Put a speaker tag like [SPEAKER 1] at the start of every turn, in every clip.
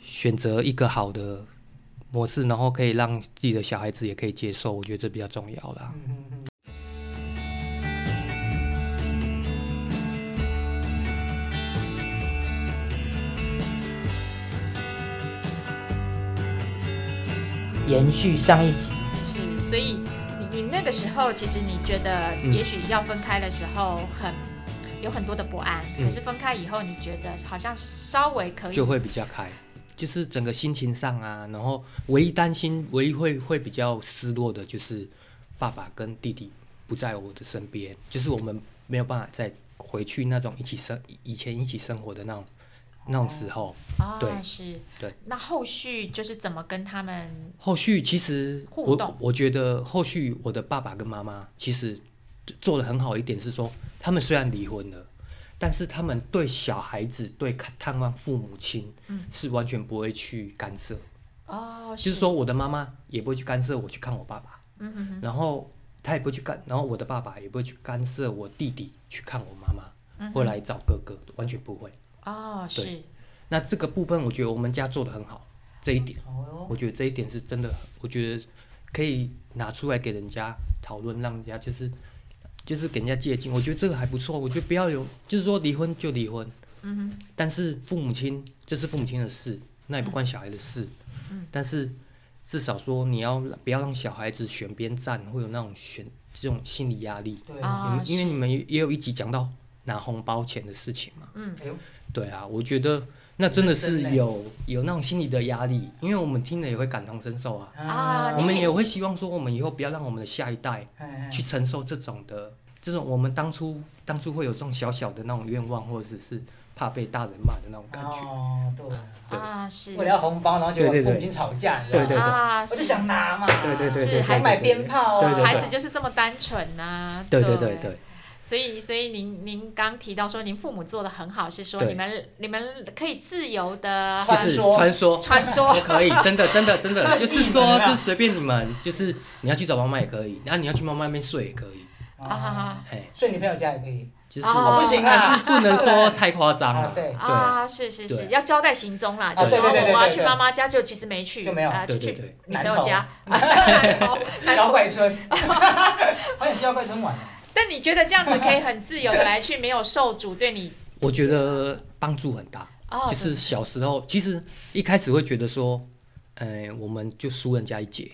[SPEAKER 1] 选择一个好的模式，然后可以让自己的小孩子也可以接受，我觉得这比较重要啦。
[SPEAKER 2] 延续上一集，
[SPEAKER 3] 是，嗯所以你你那个时候，其实你觉得
[SPEAKER 1] 嗯
[SPEAKER 3] 也许要分开的时候很有很多的不安，
[SPEAKER 1] 嗯
[SPEAKER 3] 可是分开以后，你觉得好像稍微可以
[SPEAKER 1] 就会比较开，就是整个心情上啊，然后唯一担心、啊唯一会会比较失落的就是爸爸跟弟弟不在我的身边，就是我们没有办法再回去那种一起生以前一起生活的那种那种时候。
[SPEAKER 3] 啊、
[SPEAKER 1] 对
[SPEAKER 3] 是，
[SPEAKER 1] 对。
[SPEAKER 3] 那后续就是怎么跟他们
[SPEAKER 1] 后续其实
[SPEAKER 3] 互动
[SPEAKER 1] 我我觉得后续我的爸爸跟妈妈其实做的很好一点是说，他们虽然离婚了，但是他们对小孩子对看探望父母亲
[SPEAKER 3] 嗯
[SPEAKER 1] 是完全不会去干涉。
[SPEAKER 3] 哦，
[SPEAKER 1] 就是说，我的妈妈也不会去干涉我去看我爸爸，
[SPEAKER 3] 嗯嗯
[SPEAKER 1] 然后她也不会去干，然后我的爸爸也不会去干涉我弟弟去看我妈妈，
[SPEAKER 3] 嗯
[SPEAKER 1] 会来找哥哥，完全不会。
[SPEAKER 3] 哦，
[SPEAKER 1] 对
[SPEAKER 3] 是
[SPEAKER 1] 那这个部分，我觉得我们家做的很好，这一点，
[SPEAKER 2] 哦
[SPEAKER 1] 我觉得这一点是真的，我觉得可以拿出来给人家讨论，让人家就是就是给人家借鉴。我觉得这个还不错，我觉得不要有，就是说离婚就离婚，
[SPEAKER 3] 嗯
[SPEAKER 1] 但是父母亲这是父母亲的事，那也不关小孩的事。
[SPEAKER 3] 嗯
[SPEAKER 1] 但是至少说你要不要让小孩子选边站，会有那种选这种心理压力。
[SPEAKER 2] 对，
[SPEAKER 3] 啊
[SPEAKER 1] 你们因为
[SPEAKER 3] 是
[SPEAKER 1] 你们也有一集讲到拿红包钱的事情嘛，
[SPEAKER 3] 嗯
[SPEAKER 2] 哎呦，
[SPEAKER 1] 对啊，我觉得那真的
[SPEAKER 2] 认
[SPEAKER 1] 是
[SPEAKER 2] 真嘞
[SPEAKER 1] 有有那种心理的压力，因为我们听了也会感同身受啊。
[SPEAKER 3] 啊
[SPEAKER 2] 嗯
[SPEAKER 1] 我们也会希望说，我们以后不要让我们的下一代
[SPEAKER 2] 哎
[SPEAKER 1] 去承受这种的，这种我们当初当初会有这种小小的那种愿望，或者是怕被大人骂的那种感觉。
[SPEAKER 2] 哦，对，
[SPEAKER 1] 对
[SPEAKER 3] 啊是
[SPEAKER 2] 为了要红包，然后就
[SPEAKER 1] 对对
[SPEAKER 2] 跟
[SPEAKER 1] 对
[SPEAKER 2] 父母亲吵架，你知道
[SPEAKER 1] 对对
[SPEAKER 2] 吗
[SPEAKER 1] 对
[SPEAKER 3] 啊
[SPEAKER 2] 我就
[SPEAKER 3] 想
[SPEAKER 2] 想拿嘛，
[SPEAKER 1] 对对对
[SPEAKER 3] 是
[SPEAKER 1] 对，对
[SPEAKER 3] 孩子
[SPEAKER 2] 买鞭。炮
[SPEAKER 1] 对对对
[SPEAKER 2] 啊，
[SPEAKER 3] 孩子就是这么单纯呐、
[SPEAKER 1] 对对对对，
[SPEAKER 3] 所以，所以您您刚提到说您父母做的很好，是说
[SPEAKER 1] 对
[SPEAKER 3] 你们你们可以自由的
[SPEAKER 1] 就是
[SPEAKER 2] 传
[SPEAKER 1] 啊
[SPEAKER 2] 说
[SPEAKER 1] 传 说
[SPEAKER 3] 传说
[SPEAKER 1] 都可以，真的真的真
[SPEAKER 2] 太
[SPEAKER 1] 的，
[SPEAKER 2] 低
[SPEAKER 1] 就是
[SPEAKER 2] 能
[SPEAKER 1] 说
[SPEAKER 2] 了
[SPEAKER 1] 就随便你们，就是你要去找妈妈也可以，啊然后你要去妈妈那边睡也可以，
[SPEAKER 3] 啊
[SPEAKER 2] 啊，
[SPEAKER 1] 哎，
[SPEAKER 2] 睡女朋友家也可以，
[SPEAKER 1] 就是
[SPEAKER 3] 哦
[SPEAKER 2] 不行啊
[SPEAKER 1] 但是不能说太夸张
[SPEAKER 2] 啊
[SPEAKER 1] 了，
[SPEAKER 2] 对
[SPEAKER 3] 啊，是是是，
[SPEAKER 1] 对
[SPEAKER 3] 要交代行踪啦，
[SPEAKER 1] 对
[SPEAKER 3] 就说
[SPEAKER 1] 对对
[SPEAKER 3] 哦
[SPEAKER 2] 对
[SPEAKER 3] 我要
[SPEAKER 2] 对
[SPEAKER 3] 去
[SPEAKER 2] 对
[SPEAKER 3] 妈妈家，就其实没去，
[SPEAKER 2] 就没有
[SPEAKER 3] 啊，就
[SPEAKER 1] 对对
[SPEAKER 3] 去
[SPEAKER 1] 对
[SPEAKER 3] 女朋 友家。
[SPEAKER 2] 妖怪村，好想去妖怪村玩哦。
[SPEAKER 3] 但你觉得这样子可以很自由的来去，没有受阻对你
[SPEAKER 1] 我觉得帮助很大。
[SPEAKER 3] 哦，
[SPEAKER 1] 就是小时候，其实一开始会觉得说，呃，我们就输人家一截。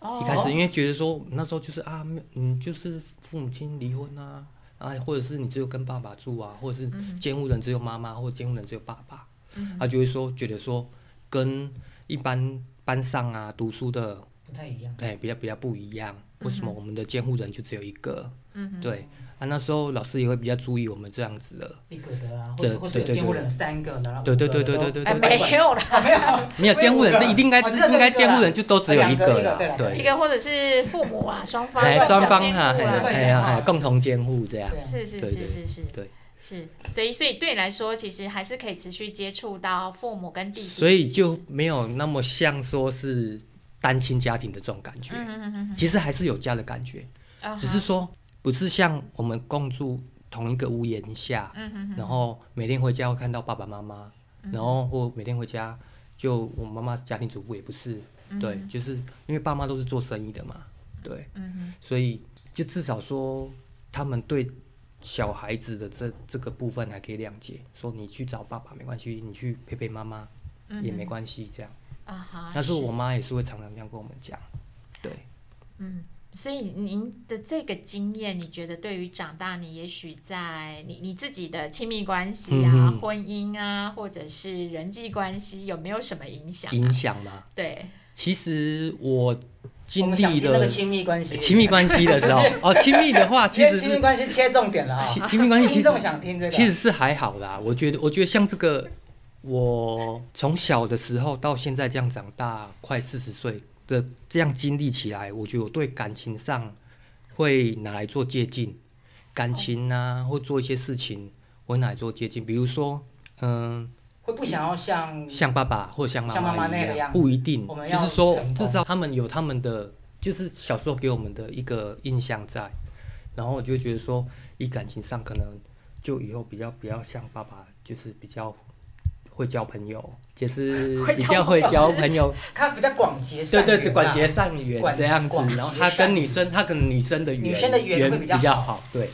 [SPEAKER 3] 哦
[SPEAKER 1] 一开始因为觉得说那时候就是啊，没嗯，就是父母亲离婚啊，啊，或者是你只有跟爸爸住啊，或者是监护人只有妈妈，或者监护人只有爸爸，
[SPEAKER 3] 嗯
[SPEAKER 1] 他就会说觉得说跟一般班上啊读书的
[SPEAKER 2] 不太一样，
[SPEAKER 1] 哎比较比较不一样，为什么我们的监护人就只有一个？
[SPEAKER 3] 嗯哼
[SPEAKER 1] 对啊，那时候老师也会比较注意我们这样子的，
[SPEAKER 2] 一个的啊，或者
[SPEAKER 1] 对
[SPEAKER 2] 或者有
[SPEAKER 1] 对对
[SPEAKER 2] 监护人有三个的，然后
[SPEAKER 1] 对对
[SPEAKER 2] 五个的
[SPEAKER 1] 对对
[SPEAKER 2] 都
[SPEAKER 1] 对对
[SPEAKER 3] 哎
[SPEAKER 1] 对
[SPEAKER 3] 没
[SPEAKER 1] 对。
[SPEAKER 3] 有啦，
[SPEAKER 2] 啊没有，
[SPEAKER 1] 没有监护人，
[SPEAKER 2] 我以
[SPEAKER 1] 那
[SPEAKER 2] 为哦五个
[SPEAKER 1] 一定应该
[SPEAKER 2] 我知道
[SPEAKER 1] 应该
[SPEAKER 2] 就一个啦
[SPEAKER 1] 监护人就都只有一
[SPEAKER 2] 两个一个
[SPEAKER 1] 啦
[SPEAKER 2] 对啦，
[SPEAKER 1] 对，
[SPEAKER 3] 一个或者是父母啊，双方
[SPEAKER 1] 哎，
[SPEAKER 3] 共
[SPEAKER 1] 双
[SPEAKER 3] 同
[SPEAKER 1] 方
[SPEAKER 2] 啊
[SPEAKER 3] 兼
[SPEAKER 1] 哈，
[SPEAKER 3] 顾
[SPEAKER 1] 哎
[SPEAKER 3] 啦
[SPEAKER 2] 对
[SPEAKER 1] 哎
[SPEAKER 2] 对
[SPEAKER 1] 哎，共同监护这样，
[SPEAKER 2] 对
[SPEAKER 3] 啊是是
[SPEAKER 1] 对
[SPEAKER 3] 是
[SPEAKER 1] 对
[SPEAKER 3] 是是，
[SPEAKER 1] 对
[SPEAKER 3] 是，所以所以对你来说，其实还是可以持续接触到父母跟弟弟，
[SPEAKER 1] 所以就没有那么像说是单亲家庭的这种感觉，
[SPEAKER 3] 嗯嗯嗯
[SPEAKER 1] 其实还是有家的感觉，
[SPEAKER 3] 嗯，
[SPEAKER 1] 只是说不是像我们共住同一个屋檐下，
[SPEAKER 3] 嗯哼
[SPEAKER 1] 然后每天回家会看到爸爸妈妈，然后或每天回家就我妈妈是家庭主妇也不是，对，就是因为爸妈都是做生意的嘛，对，
[SPEAKER 3] 嗯
[SPEAKER 1] 所以就至少说他们对小孩子的这这个部分还可以谅解，说你去找爸爸没关系，你去陪陪妈妈
[SPEAKER 3] 嗯
[SPEAKER 1] 也没关系，这样。
[SPEAKER 3] 哼啊哈，
[SPEAKER 1] 但是我妈也是会常常这样跟我们讲，对，
[SPEAKER 3] 嗯，所以您的这个经验，你觉得对于长大，你也许在你你自己的亲密关系啊、
[SPEAKER 1] 嗯哼
[SPEAKER 3] 婚姻啊，或者是人际关系，有没有什么影响？
[SPEAKER 1] 影响嘛。
[SPEAKER 3] 对，
[SPEAKER 1] 其实我
[SPEAKER 2] 我
[SPEAKER 1] 经
[SPEAKER 2] 们想
[SPEAKER 1] 历
[SPEAKER 2] 听那
[SPEAKER 1] 了
[SPEAKER 2] 个亲密关系，
[SPEAKER 1] 亲密关系的 时候，哦，亲密的话其
[SPEAKER 2] 因为
[SPEAKER 1] 实
[SPEAKER 2] 亲密
[SPEAKER 1] 是
[SPEAKER 2] 关系切重点了啊，
[SPEAKER 1] 亲亲密关系其
[SPEAKER 2] 听
[SPEAKER 1] 实
[SPEAKER 2] 众想听这个，
[SPEAKER 1] 其实是还好啦，我觉得，我觉得像这个，我从小的时候到现在这样长大，快四十岁的这样经历起来，我觉得我对感情上会拿来做借鉴，感情啊，或做一些事情，我会拿来做借鉴，比如说，嗯、
[SPEAKER 2] 会不想要像
[SPEAKER 1] 像爸爸或像妈
[SPEAKER 2] 像妈妈
[SPEAKER 1] 妈
[SPEAKER 2] 那
[SPEAKER 1] 一
[SPEAKER 2] 个
[SPEAKER 1] 样，
[SPEAKER 2] 样子
[SPEAKER 1] 不一定
[SPEAKER 2] 我们，
[SPEAKER 1] 就
[SPEAKER 2] 要
[SPEAKER 1] 是说
[SPEAKER 2] 成，功
[SPEAKER 1] 至少他们有他们的，就是小时候给我们的一个印象在，然后我就觉得说，以感情上可能就以后比较比较像爸爸，就是比较会交朋友， 就是
[SPEAKER 3] 会
[SPEAKER 1] 比
[SPEAKER 3] 交
[SPEAKER 1] 较会
[SPEAKER 3] 朋友
[SPEAKER 1] 交朋友，
[SPEAKER 2] 他比较广结
[SPEAKER 1] 对
[SPEAKER 2] 善
[SPEAKER 1] 对
[SPEAKER 2] 缘
[SPEAKER 1] 对，
[SPEAKER 2] 啊
[SPEAKER 1] 广结善缘
[SPEAKER 2] 广
[SPEAKER 1] 这样子
[SPEAKER 2] 广，结
[SPEAKER 1] 然后他
[SPEAKER 2] 善
[SPEAKER 1] 跟女生，他跟女生的缘，
[SPEAKER 2] 女生的缘会
[SPEAKER 1] 缘
[SPEAKER 2] 比
[SPEAKER 1] 比
[SPEAKER 2] 较哦
[SPEAKER 1] 较好，对。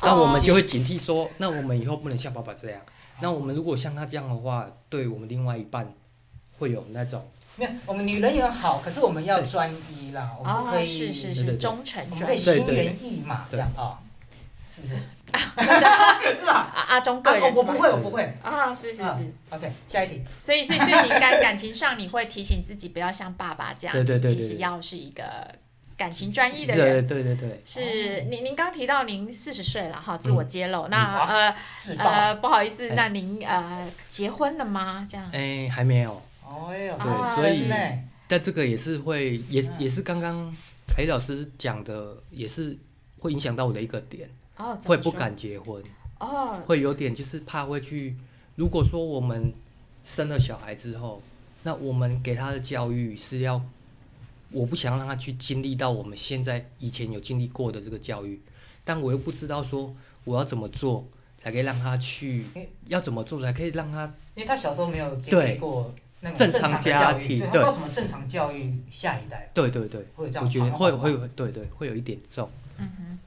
[SPEAKER 1] 那我们就会警惕说，那我们以后不能像爸爸这样。那我们如果像他这样的话，对我们另外一半会有那种
[SPEAKER 2] 没有，我们女人缘好，可是我们要专一啦，我们不可
[SPEAKER 3] 哦，
[SPEAKER 2] 以，
[SPEAKER 3] 是是
[SPEAKER 1] 对对
[SPEAKER 3] 是，
[SPEAKER 1] 对
[SPEAKER 3] 忠诚
[SPEAKER 2] 我们
[SPEAKER 3] 专
[SPEAKER 2] 可以
[SPEAKER 3] 一。
[SPEAKER 2] 心猿意马这
[SPEAKER 1] 对
[SPEAKER 2] 样啊，是 不是？是
[SPEAKER 3] 啊
[SPEAKER 2] 吧？
[SPEAKER 3] 阿忠
[SPEAKER 2] 啊
[SPEAKER 3] 个，
[SPEAKER 2] 我
[SPEAKER 3] 人
[SPEAKER 2] 我
[SPEAKER 3] 是
[SPEAKER 2] 不
[SPEAKER 3] 吧？
[SPEAKER 2] 会，我不会。
[SPEAKER 3] 啊，是是是，
[SPEAKER 2] OK，下一题。
[SPEAKER 3] 所以所以对你感感情上，你会提醒自己不要像爸爸这样，
[SPEAKER 1] 对对对对
[SPEAKER 3] 其实
[SPEAKER 1] 对
[SPEAKER 3] 要是一个感情专一的
[SPEAKER 1] 对
[SPEAKER 3] 人。
[SPEAKER 1] 对对对，
[SPEAKER 3] 是您您刚提到您四十岁了哈，
[SPEAKER 1] 嗯
[SPEAKER 3] 自我揭露。那
[SPEAKER 2] 嗯
[SPEAKER 3] 呃
[SPEAKER 2] 自爆。
[SPEAKER 3] 呃，不好意思，
[SPEAKER 1] 哎
[SPEAKER 3] 那您呃结婚了吗？这样
[SPEAKER 1] 哎、还没有。
[SPEAKER 2] 哎呦，
[SPEAKER 3] 呃对
[SPEAKER 2] 啊
[SPEAKER 3] 所以
[SPEAKER 2] 真的
[SPEAKER 1] 但这个也是会，也是
[SPEAKER 2] 嗯
[SPEAKER 1] 也是刚刚裴老师讲的，也是会影响到我的一个点，
[SPEAKER 3] 哦，怎么
[SPEAKER 1] 会不
[SPEAKER 3] 说
[SPEAKER 1] 敢结婚，
[SPEAKER 3] 哦，
[SPEAKER 1] 会有点就是怕会去。如果说我们生了小孩之后，那我们给他的教育是要，我不想让他去经历到我们现在以前有经历过的这个教育，但我又不知道说我要怎么做才可以让他去
[SPEAKER 2] 诶，
[SPEAKER 1] 要怎么做才可以让他
[SPEAKER 2] 因为他小时候没有经历
[SPEAKER 1] 对
[SPEAKER 2] 过那种
[SPEAKER 1] 正
[SPEAKER 2] 常
[SPEAKER 1] 常
[SPEAKER 2] 的
[SPEAKER 1] 家
[SPEAKER 2] 教育
[SPEAKER 1] 庭
[SPEAKER 2] 所以他不
[SPEAKER 1] 对
[SPEAKER 2] 知道怎么正常教育下一代，
[SPEAKER 1] 对对对，
[SPEAKER 2] 会有这样。
[SPEAKER 1] 我觉得会会，会对对会有一点这种。
[SPEAKER 3] 嗯哼，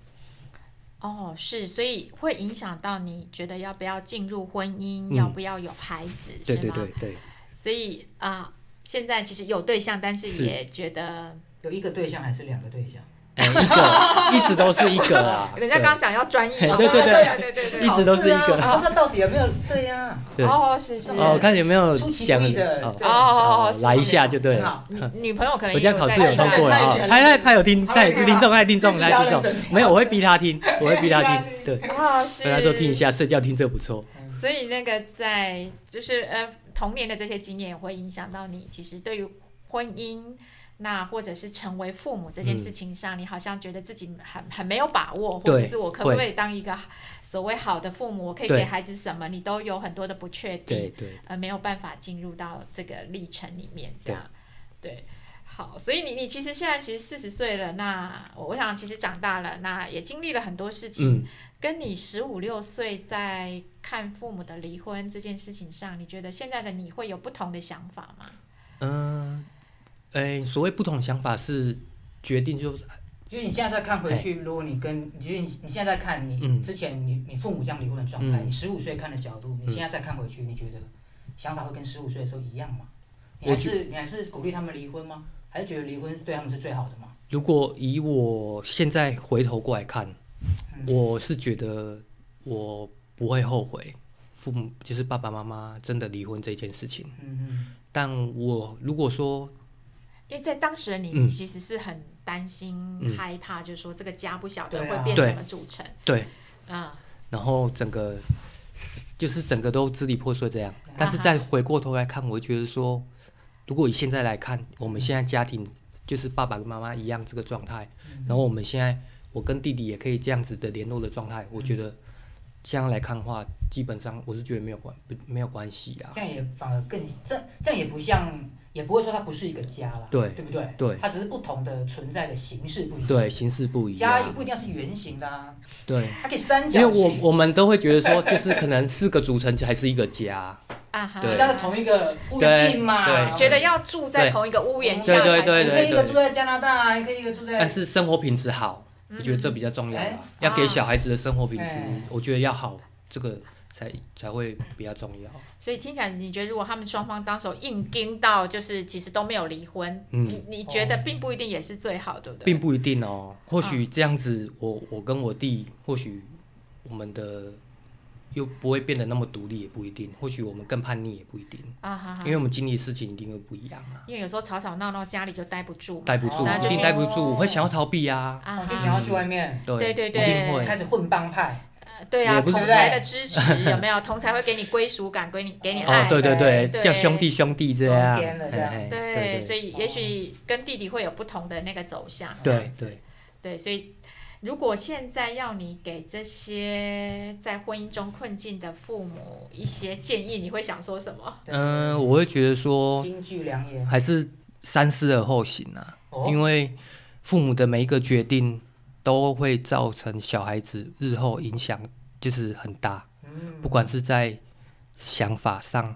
[SPEAKER 3] 哦，是，所以会影响到你觉得要不要进入婚姻，
[SPEAKER 1] 嗯
[SPEAKER 3] 要不要有孩子，
[SPEAKER 1] 对
[SPEAKER 3] 是
[SPEAKER 1] 对
[SPEAKER 3] 吗？
[SPEAKER 1] 对对，
[SPEAKER 3] 所以啊、现在其实有对象，但是
[SPEAKER 1] 是
[SPEAKER 3] 也觉得
[SPEAKER 2] 有一个对象还是两个对象？
[SPEAKER 1] 哎、一个一直都是一个 啦。
[SPEAKER 3] 人家刚讲要专一
[SPEAKER 1] 嘿
[SPEAKER 3] 嘛，
[SPEAKER 1] 对
[SPEAKER 3] 对
[SPEAKER 1] 对
[SPEAKER 3] 对对对
[SPEAKER 1] 一直都是一个
[SPEAKER 2] 考试啊考试到底有没有对呀？
[SPEAKER 1] 对
[SPEAKER 3] 哦，是是，
[SPEAKER 1] 对哦，看有没有
[SPEAKER 2] 出其
[SPEAKER 1] 讲
[SPEAKER 2] 不意的
[SPEAKER 1] 哦
[SPEAKER 2] 对
[SPEAKER 3] 哦哦
[SPEAKER 1] 哦
[SPEAKER 3] 哦，是
[SPEAKER 1] 来一
[SPEAKER 3] 是
[SPEAKER 1] 下就对
[SPEAKER 2] 很
[SPEAKER 1] 了。
[SPEAKER 2] 好
[SPEAKER 3] 女女朋友可能
[SPEAKER 1] 我家
[SPEAKER 3] 也
[SPEAKER 1] 考
[SPEAKER 3] 在
[SPEAKER 1] 试有通过了
[SPEAKER 2] 太
[SPEAKER 1] 啊，
[SPEAKER 2] 远
[SPEAKER 1] 哦
[SPEAKER 2] 了
[SPEAKER 1] 他他他有听，
[SPEAKER 2] 他
[SPEAKER 1] 他也是听众，他也听众，
[SPEAKER 2] 自己
[SPEAKER 1] 他也听
[SPEAKER 2] 要认
[SPEAKER 1] 众。
[SPEAKER 2] 真
[SPEAKER 1] 没有，我会逼他听，我会逼他听。 对，
[SPEAKER 3] 啊、是，
[SPEAKER 1] 跟他说听一下，睡觉听这不错。
[SPEAKER 3] 所以那个在就是呃童年的这些经验也会影响到你，其实对于婚姻。那或者是成为父母这件事情上，你好像觉得自己很很没有把握，或者
[SPEAKER 1] 对
[SPEAKER 3] 是我可不可
[SPEAKER 1] 会
[SPEAKER 3] 以当一个所谓好的父母，我可以
[SPEAKER 1] 对
[SPEAKER 3] 给孩子什么，你都有很多的不确定
[SPEAKER 1] 对。对，
[SPEAKER 3] 呃没有办法进入到这个历程里面，这样对。好，所以你你其实现在其实四十岁了，那我我想其实长大了，那也经历了很多事情，
[SPEAKER 1] 嗯，
[SPEAKER 3] 跟你十五六岁在看父母的离婚这件事情上，你觉得现在的你会有不同的想法吗？
[SPEAKER 1] 嗯，哎，所谓不同想法是决定，就是
[SPEAKER 2] 就是你现在再看回去，如果你跟，你就是你你现在在看你
[SPEAKER 1] 嗯
[SPEAKER 2] 之前你你父母这样离婚的状态，
[SPEAKER 1] 嗯
[SPEAKER 2] 你十五岁看的角度，
[SPEAKER 1] 嗯
[SPEAKER 2] 你现在再看回去，你觉得想法会跟十五岁的时候一样吗？你
[SPEAKER 1] 我
[SPEAKER 2] 还是你还是鼓励他们离婚吗？还是觉得离婚对他们是最好的吗？
[SPEAKER 1] 如果以我现在回头过来看，
[SPEAKER 2] 嗯
[SPEAKER 1] 我是觉得我不会后悔，父母就是爸爸妈妈真的离婚这件事情。
[SPEAKER 2] 嗯嗯。
[SPEAKER 1] 但我如果说
[SPEAKER 3] 因为在当时的你，
[SPEAKER 1] 嗯
[SPEAKER 3] 你其实是很担心、
[SPEAKER 1] 嗯
[SPEAKER 3] 害怕，就是说这个家不晓得
[SPEAKER 2] 对啊
[SPEAKER 3] 会变
[SPEAKER 1] 对
[SPEAKER 3] 什么组成，
[SPEAKER 1] 对，
[SPEAKER 3] 啊、
[SPEAKER 1] 然后整个就是整个都支离破碎这样。但是再回过头来看，我会觉得说，如果以现在来看，我们现在家庭就是爸爸跟妈妈一样这个状态，然后我们现在我跟弟弟也可以这样子的联络的状态，我觉得这样来看的话，基本上我是觉得没有关不没有关系啊啦。
[SPEAKER 2] 这样也反而更这这样也不像，也不会说它不是一个家啦，
[SPEAKER 1] 对
[SPEAKER 2] 对不对？
[SPEAKER 1] 对
[SPEAKER 2] 它只是不同的存在的形式不一样。，
[SPEAKER 1] 对，形式不一
[SPEAKER 2] 嗯家也
[SPEAKER 1] 样。
[SPEAKER 2] 不一定要是圆形的啊，
[SPEAKER 1] 对，
[SPEAKER 2] 它可以三
[SPEAKER 1] 因为
[SPEAKER 2] 角
[SPEAKER 1] 我
[SPEAKER 2] 形。
[SPEAKER 1] 我们都会觉得说，就是可能四个组成才是一个家。
[SPEAKER 3] 啊哈，
[SPEAKER 1] 对
[SPEAKER 2] 家在同一个不一
[SPEAKER 1] 对
[SPEAKER 2] 定嘛，
[SPEAKER 1] 对
[SPEAKER 3] 觉得要住在
[SPEAKER 1] 对
[SPEAKER 3] 同一个屋檐下
[SPEAKER 1] 对
[SPEAKER 3] 才
[SPEAKER 1] 对对
[SPEAKER 3] 是
[SPEAKER 2] 你
[SPEAKER 1] 对
[SPEAKER 2] 可以一个住在加拿大，也可以一个住在。
[SPEAKER 1] 但是生活品质好，我觉得这比较重要
[SPEAKER 2] 哎
[SPEAKER 1] 啦。要
[SPEAKER 3] 嗯啊
[SPEAKER 1] 给小孩子的生活品质
[SPEAKER 2] 哎，
[SPEAKER 1] 我觉得要好，这个才才会比较重要。
[SPEAKER 3] 所以听起来，你觉得如果他们双方当时候硬盯到，就是其实都没有离婚，
[SPEAKER 1] 嗯
[SPEAKER 3] 你你觉得并不一定也是最好，对不对？啊
[SPEAKER 1] 并不一定哦，或许这样子，我我跟我弟，或许我们的又不会变得那么独立，也不一定。或许我们更叛逆，也不一定，
[SPEAKER 3] 啊哈哈
[SPEAKER 1] 因，为我们经历的事情一定会不一样啊。
[SPEAKER 3] 因为有时候吵吵闹闹，家里就待不住嘛，
[SPEAKER 1] 待不住，
[SPEAKER 3] 哦那
[SPEAKER 1] 一
[SPEAKER 3] 就
[SPEAKER 1] 定
[SPEAKER 3] 是
[SPEAKER 1] 待不住，我会想要逃避啊。
[SPEAKER 3] 啊
[SPEAKER 2] 我哦就
[SPEAKER 3] 哈，
[SPEAKER 2] 想要去外面，
[SPEAKER 1] 对
[SPEAKER 3] 对对
[SPEAKER 1] 一定会
[SPEAKER 2] 开始混帮派。
[SPEAKER 3] 呃对啊，
[SPEAKER 1] 也不
[SPEAKER 3] 同
[SPEAKER 1] 是
[SPEAKER 3] 才的支 持有没有？同才会给你归属感，给你给你
[SPEAKER 1] 哦
[SPEAKER 3] 爱，，
[SPEAKER 1] 对对对
[SPEAKER 3] 对，
[SPEAKER 1] 叫兄弟兄弟这样，
[SPEAKER 2] 中间的这样
[SPEAKER 1] 嘿嘿
[SPEAKER 3] 对，所
[SPEAKER 1] 对
[SPEAKER 3] 以也许跟弟弟会有不同的那个走向，这样
[SPEAKER 1] 对
[SPEAKER 3] 子
[SPEAKER 1] 对，
[SPEAKER 3] 对，所以如果现在要你给这些在婚姻中困境的父母一些建议，你会想说什么？
[SPEAKER 1] 嗯，我会觉得说，
[SPEAKER 2] 金句良言。
[SPEAKER 1] 还是三思而后行啊，
[SPEAKER 2] 哦，
[SPEAKER 1] 因为父母的每一个决定都会造成小孩子日后影响，就是很大，
[SPEAKER 2] 嗯
[SPEAKER 1] 不管是在想法上，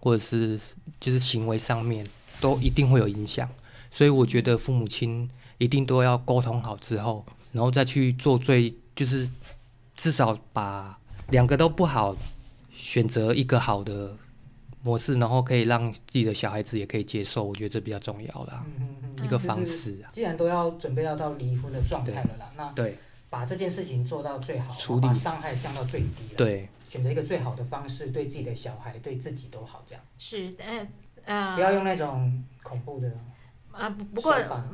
[SPEAKER 1] 或者是就是行为上面，都一定会有影响。所以我觉得父母亲一定都要沟通好之后，然后再去做最就是至少把两个都不好，选择一个好的模式，然后可以让自己的小孩子也可以接受，我觉得这比较重要啦，
[SPEAKER 2] 嗯嗯嗯，
[SPEAKER 1] 一个方式啊，
[SPEAKER 2] 既然都要准备要到离婚的状态了啦，那
[SPEAKER 1] 对
[SPEAKER 2] 把这件事情做到最好，
[SPEAKER 1] 处理
[SPEAKER 2] 把伤害降到最低了，，
[SPEAKER 1] 对
[SPEAKER 2] 选择一个最好的方式，对自己的小孩，对自己都好，这样
[SPEAKER 3] 是，呃呃，
[SPEAKER 2] 不要用那种恐怖的
[SPEAKER 3] 啊，不不
[SPEAKER 2] 手
[SPEAKER 3] 过
[SPEAKER 2] 法，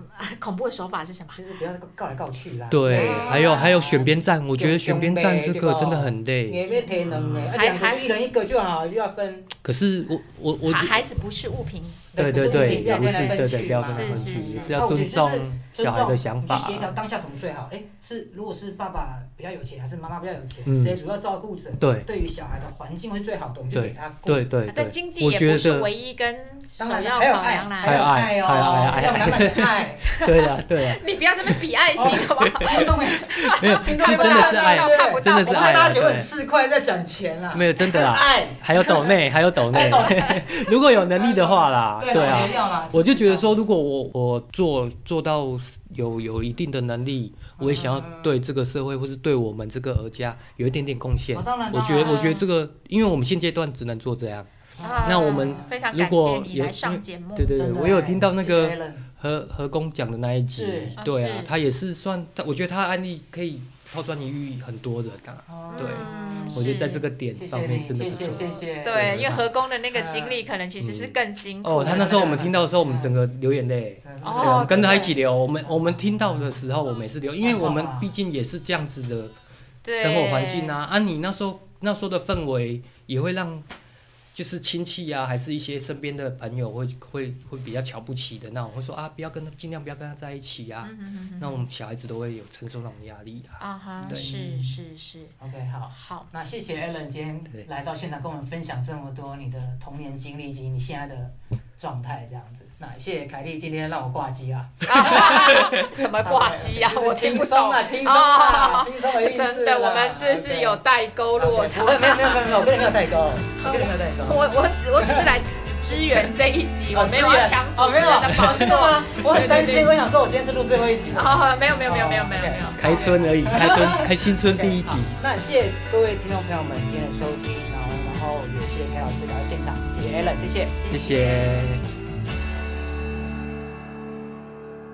[SPEAKER 3] 恐怖的手法是什么？
[SPEAKER 2] 就是不要告来告去啦，
[SPEAKER 1] 对，
[SPEAKER 2] 啊
[SPEAKER 1] 还有还有选边站，我觉得
[SPEAKER 2] 用
[SPEAKER 1] 选边站这
[SPEAKER 2] 对
[SPEAKER 1] 个
[SPEAKER 2] 吧
[SPEAKER 1] 真的很累。
[SPEAKER 2] 啊也别太能哎，啊
[SPEAKER 3] 还
[SPEAKER 2] 两
[SPEAKER 3] 嗯还
[SPEAKER 2] 个一人一个就好，就要分，
[SPEAKER 1] 可是我我我
[SPEAKER 3] 孩孩子不是物品，
[SPEAKER 1] 对
[SPEAKER 2] 不
[SPEAKER 1] 对
[SPEAKER 2] 是
[SPEAKER 1] 对，
[SPEAKER 2] 不要
[SPEAKER 1] 不
[SPEAKER 2] 跟
[SPEAKER 1] 是
[SPEAKER 2] 他分
[SPEAKER 1] 对
[SPEAKER 2] 去
[SPEAKER 1] 对，不要
[SPEAKER 2] 嘛
[SPEAKER 1] 跟他分
[SPEAKER 3] 是
[SPEAKER 1] 去，
[SPEAKER 3] 是
[SPEAKER 1] 是
[SPEAKER 3] 是
[SPEAKER 1] 要
[SPEAKER 2] 那我觉
[SPEAKER 1] 尊
[SPEAKER 2] 得就是
[SPEAKER 1] 重小孩的想
[SPEAKER 2] 你去协调
[SPEAKER 1] 法。啊
[SPEAKER 2] 当下什么最好？哎，是如果是爸爸比较有钱，还是妈妈比较有钱，
[SPEAKER 1] 嗯
[SPEAKER 2] 谁主要照顾者？
[SPEAKER 1] 对
[SPEAKER 2] 对于小孩的环境会最好的，我们就
[SPEAKER 1] 对
[SPEAKER 2] 给他过。
[SPEAKER 1] 对对
[SPEAKER 3] 但
[SPEAKER 1] 对，
[SPEAKER 3] 经济
[SPEAKER 1] 我
[SPEAKER 3] 也
[SPEAKER 1] 觉
[SPEAKER 3] 不是
[SPEAKER 1] 得
[SPEAKER 3] 唯一跟首
[SPEAKER 2] 当然
[SPEAKER 3] 要
[SPEAKER 2] 还有
[SPEAKER 3] 考
[SPEAKER 2] 爱
[SPEAKER 3] 量，
[SPEAKER 1] 还
[SPEAKER 3] 啦。
[SPEAKER 1] 有爱
[SPEAKER 2] 爱
[SPEAKER 1] 还有爱
[SPEAKER 2] 哦，
[SPEAKER 1] 还有
[SPEAKER 2] 要满满的爱。
[SPEAKER 1] 对啊对啊，
[SPEAKER 3] 你不要这边比爱心，
[SPEAKER 1] 哦
[SPEAKER 3] 好不好？
[SPEAKER 2] 听众们，
[SPEAKER 1] 没 有，
[SPEAKER 2] 听
[SPEAKER 1] 真
[SPEAKER 2] 众们
[SPEAKER 1] 的是
[SPEAKER 3] 看
[SPEAKER 1] 爱，
[SPEAKER 3] 不到看不到
[SPEAKER 1] 真的
[SPEAKER 2] 我
[SPEAKER 1] 是
[SPEAKER 2] 怕
[SPEAKER 1] 爱
[SPEAKER 2] 大
[SPEAKER 1] 啊，
[SPEAKER 2] 家觉得很
[SPEAKER 1] 对，
[SPEAKER 2] 吃亏，在讲钱啦。
[SPEAKER 1] 没有真的啊啦，
[SPEAKER 2] 爱，
[SPEAKER 1] 还有抖内，还有抖内，如果有能力的话啦，
[SPEAKER 2] 对
[SPEAKER 1] 对
[SPEAKER 2] 啦
[SPEAKER 1] 啊
[SPEAKER 2] 没，料啦
[SPEAKER 1] 我就觉得说，，如果我我做做到有有一定的能力，我也想要对这个社会或是对我们这个儿家有一点点贡献
[SPEAKER 2] 哦当然。
[SPEAKER 1] 我觉得
[SPEAKER 2] 当然
[SPEAKER 1] 我觉得这个，因为我们现阶段只能做这样。
[SPEAKER 3] 啊
[SPEAKER 1] 那我们
[SPEAKER 3] 非常
[SPEAKER 1] 如
[SPEAKER 3] 感谢
[SPEAKER 1] 果
[SPEAKER 3] 你
[SPEAKER 1] 也
[SPEAKER 3] 来上节目，
[SPEAKER 1] 对对对，
[SPEAKER 2] 真的哎
[SPEAKER 1] 我有听到那
[SPEAKER 2] 谢
[SPEAKER 1] 个
[SPEAKER 2] 谢 Alan
[SPEAKER 1] 何何工讲的那一集
[SPEAKER 2] 是，
[SPEAKER 1] 对
[SPEAKER 3] 啊
[SPEAKER 1] 啊，
[SPEAKER 3] 是
[SPEAKER 1] 他也是算，他我觉得他的案例可以抛砖引玉很多人啊。
[SPEAKER 2] 哦
[SPEAKER 1] 对
[SPEAKER 3] 嗯
[SPEAKER 1] 我觉得在这个点
[SPEAKER 2] 谢
[SPEAKER 1] 上
[SPEAKER 2] 谢
[SPEAKER 1] 面
[SPEAKER 2] 你，
[SPEAKER 1] 真的
[SPEAKER 2] 谢
[SPEAKER 1] 不
[SPEAKER 2] 谢
[SPEAKER 1] 错。
[SPEAKER 2] 谢谢。
[SPEAKER 3] 对，因为
[SPEAKER 1] 嗯
[SPEAKER 3] 和工的那个经历，可能其实是更辛苦
[SPEAKER 1] 哦，
[SPEAKER 3] 的。
[SPEAKER 1] 他那时候我们听到的时候，我们整个流眼泪。对，啊
[SPEAKER 3] 哦
[SPEAKER 1] 我们跟着他一
[SPEAKER 3] 真
[SPEAKER 1] 起流。我们我们听到的时候，我们也是流，因为我们毕竟也是这样子的
[SPEAKER 3] 对
[SPEAKER 1] 生活环境啊。啊，你那时候那时候的氛围也会让，就是亲戚啊，还是一些身边的朋友会会会比较瞧不起的那种，会说啊，不要跟他，尽量不要跟他在一起啊。
[SPEAKER 3] 嗯嗯嗯嗯
[SPEAKER 1] 那我们小孩子都会有承受那种压力啊。
[SPEAKER 3] 啊哈，
[SPEAKER 1] 对
[SPEAKER 3] 是是是，
[SPEAKER 2] OK，好。哦
[SPEAKER 3] 好，
[SPEAKER 2] 那谢谢 Alan 今
[SPEAKER 1] 对
[SPEAKER 2] 天来到现场跟我们分享这么多你的童年经历以及你现在的状态这样子。那也谢谢凯莉今天让我挂机啊，
[SPEAKER 3] 什么挂机啊？
[SPEAKER 2] 就是
[SPEAKER 3] 我听
[SPEAKER 2] 轻
[SPEAKER 3] 不
[SPEAKER 2] 松
[SPEAKER 3] 懂。
[SPEAKER 2] 啊，轻松啊，哦
[SPEAKER 3] 哦
[SPEAKER 2] 轻松的意思啦。啊
[SPEAKER 3] 真的，我们这是有代沟落差。
[SPEAKER 2] 没有没有没有没有，我跟你没有代沟，我跟你没有代沟。
[SPEAKER 3] 我我只我只是来支支援这一集，我没有要抢主
[SPEAKER 2] 哦
[SPEAKER 3] 持
[SPEAKER 2] 没有
[SPEAKER 3] 人的宝
[SPEAKER 2] 真的
[SPEAKER 3] 座。
[SPEAKER 2] 吗？我很担
[SPEAKER 3] 对
[SPEAKER 2] 心，
[SPEAKER 3] 对对
[SPEAKER 2] 我想说我今天是录最后一集嘛。
[SPEAKER 3] 啊，没有没有没有没有没有没有。
[SPEAKER 1] 开春而已，开春开新春第一集
[SPEAKER 2] 好。那谢谢各位听众朋友们今天的收听，然后然后也谢谢凯老师来到现场，谢谢 Alan，谢谢。
[SPEAKER 1] 谢谢。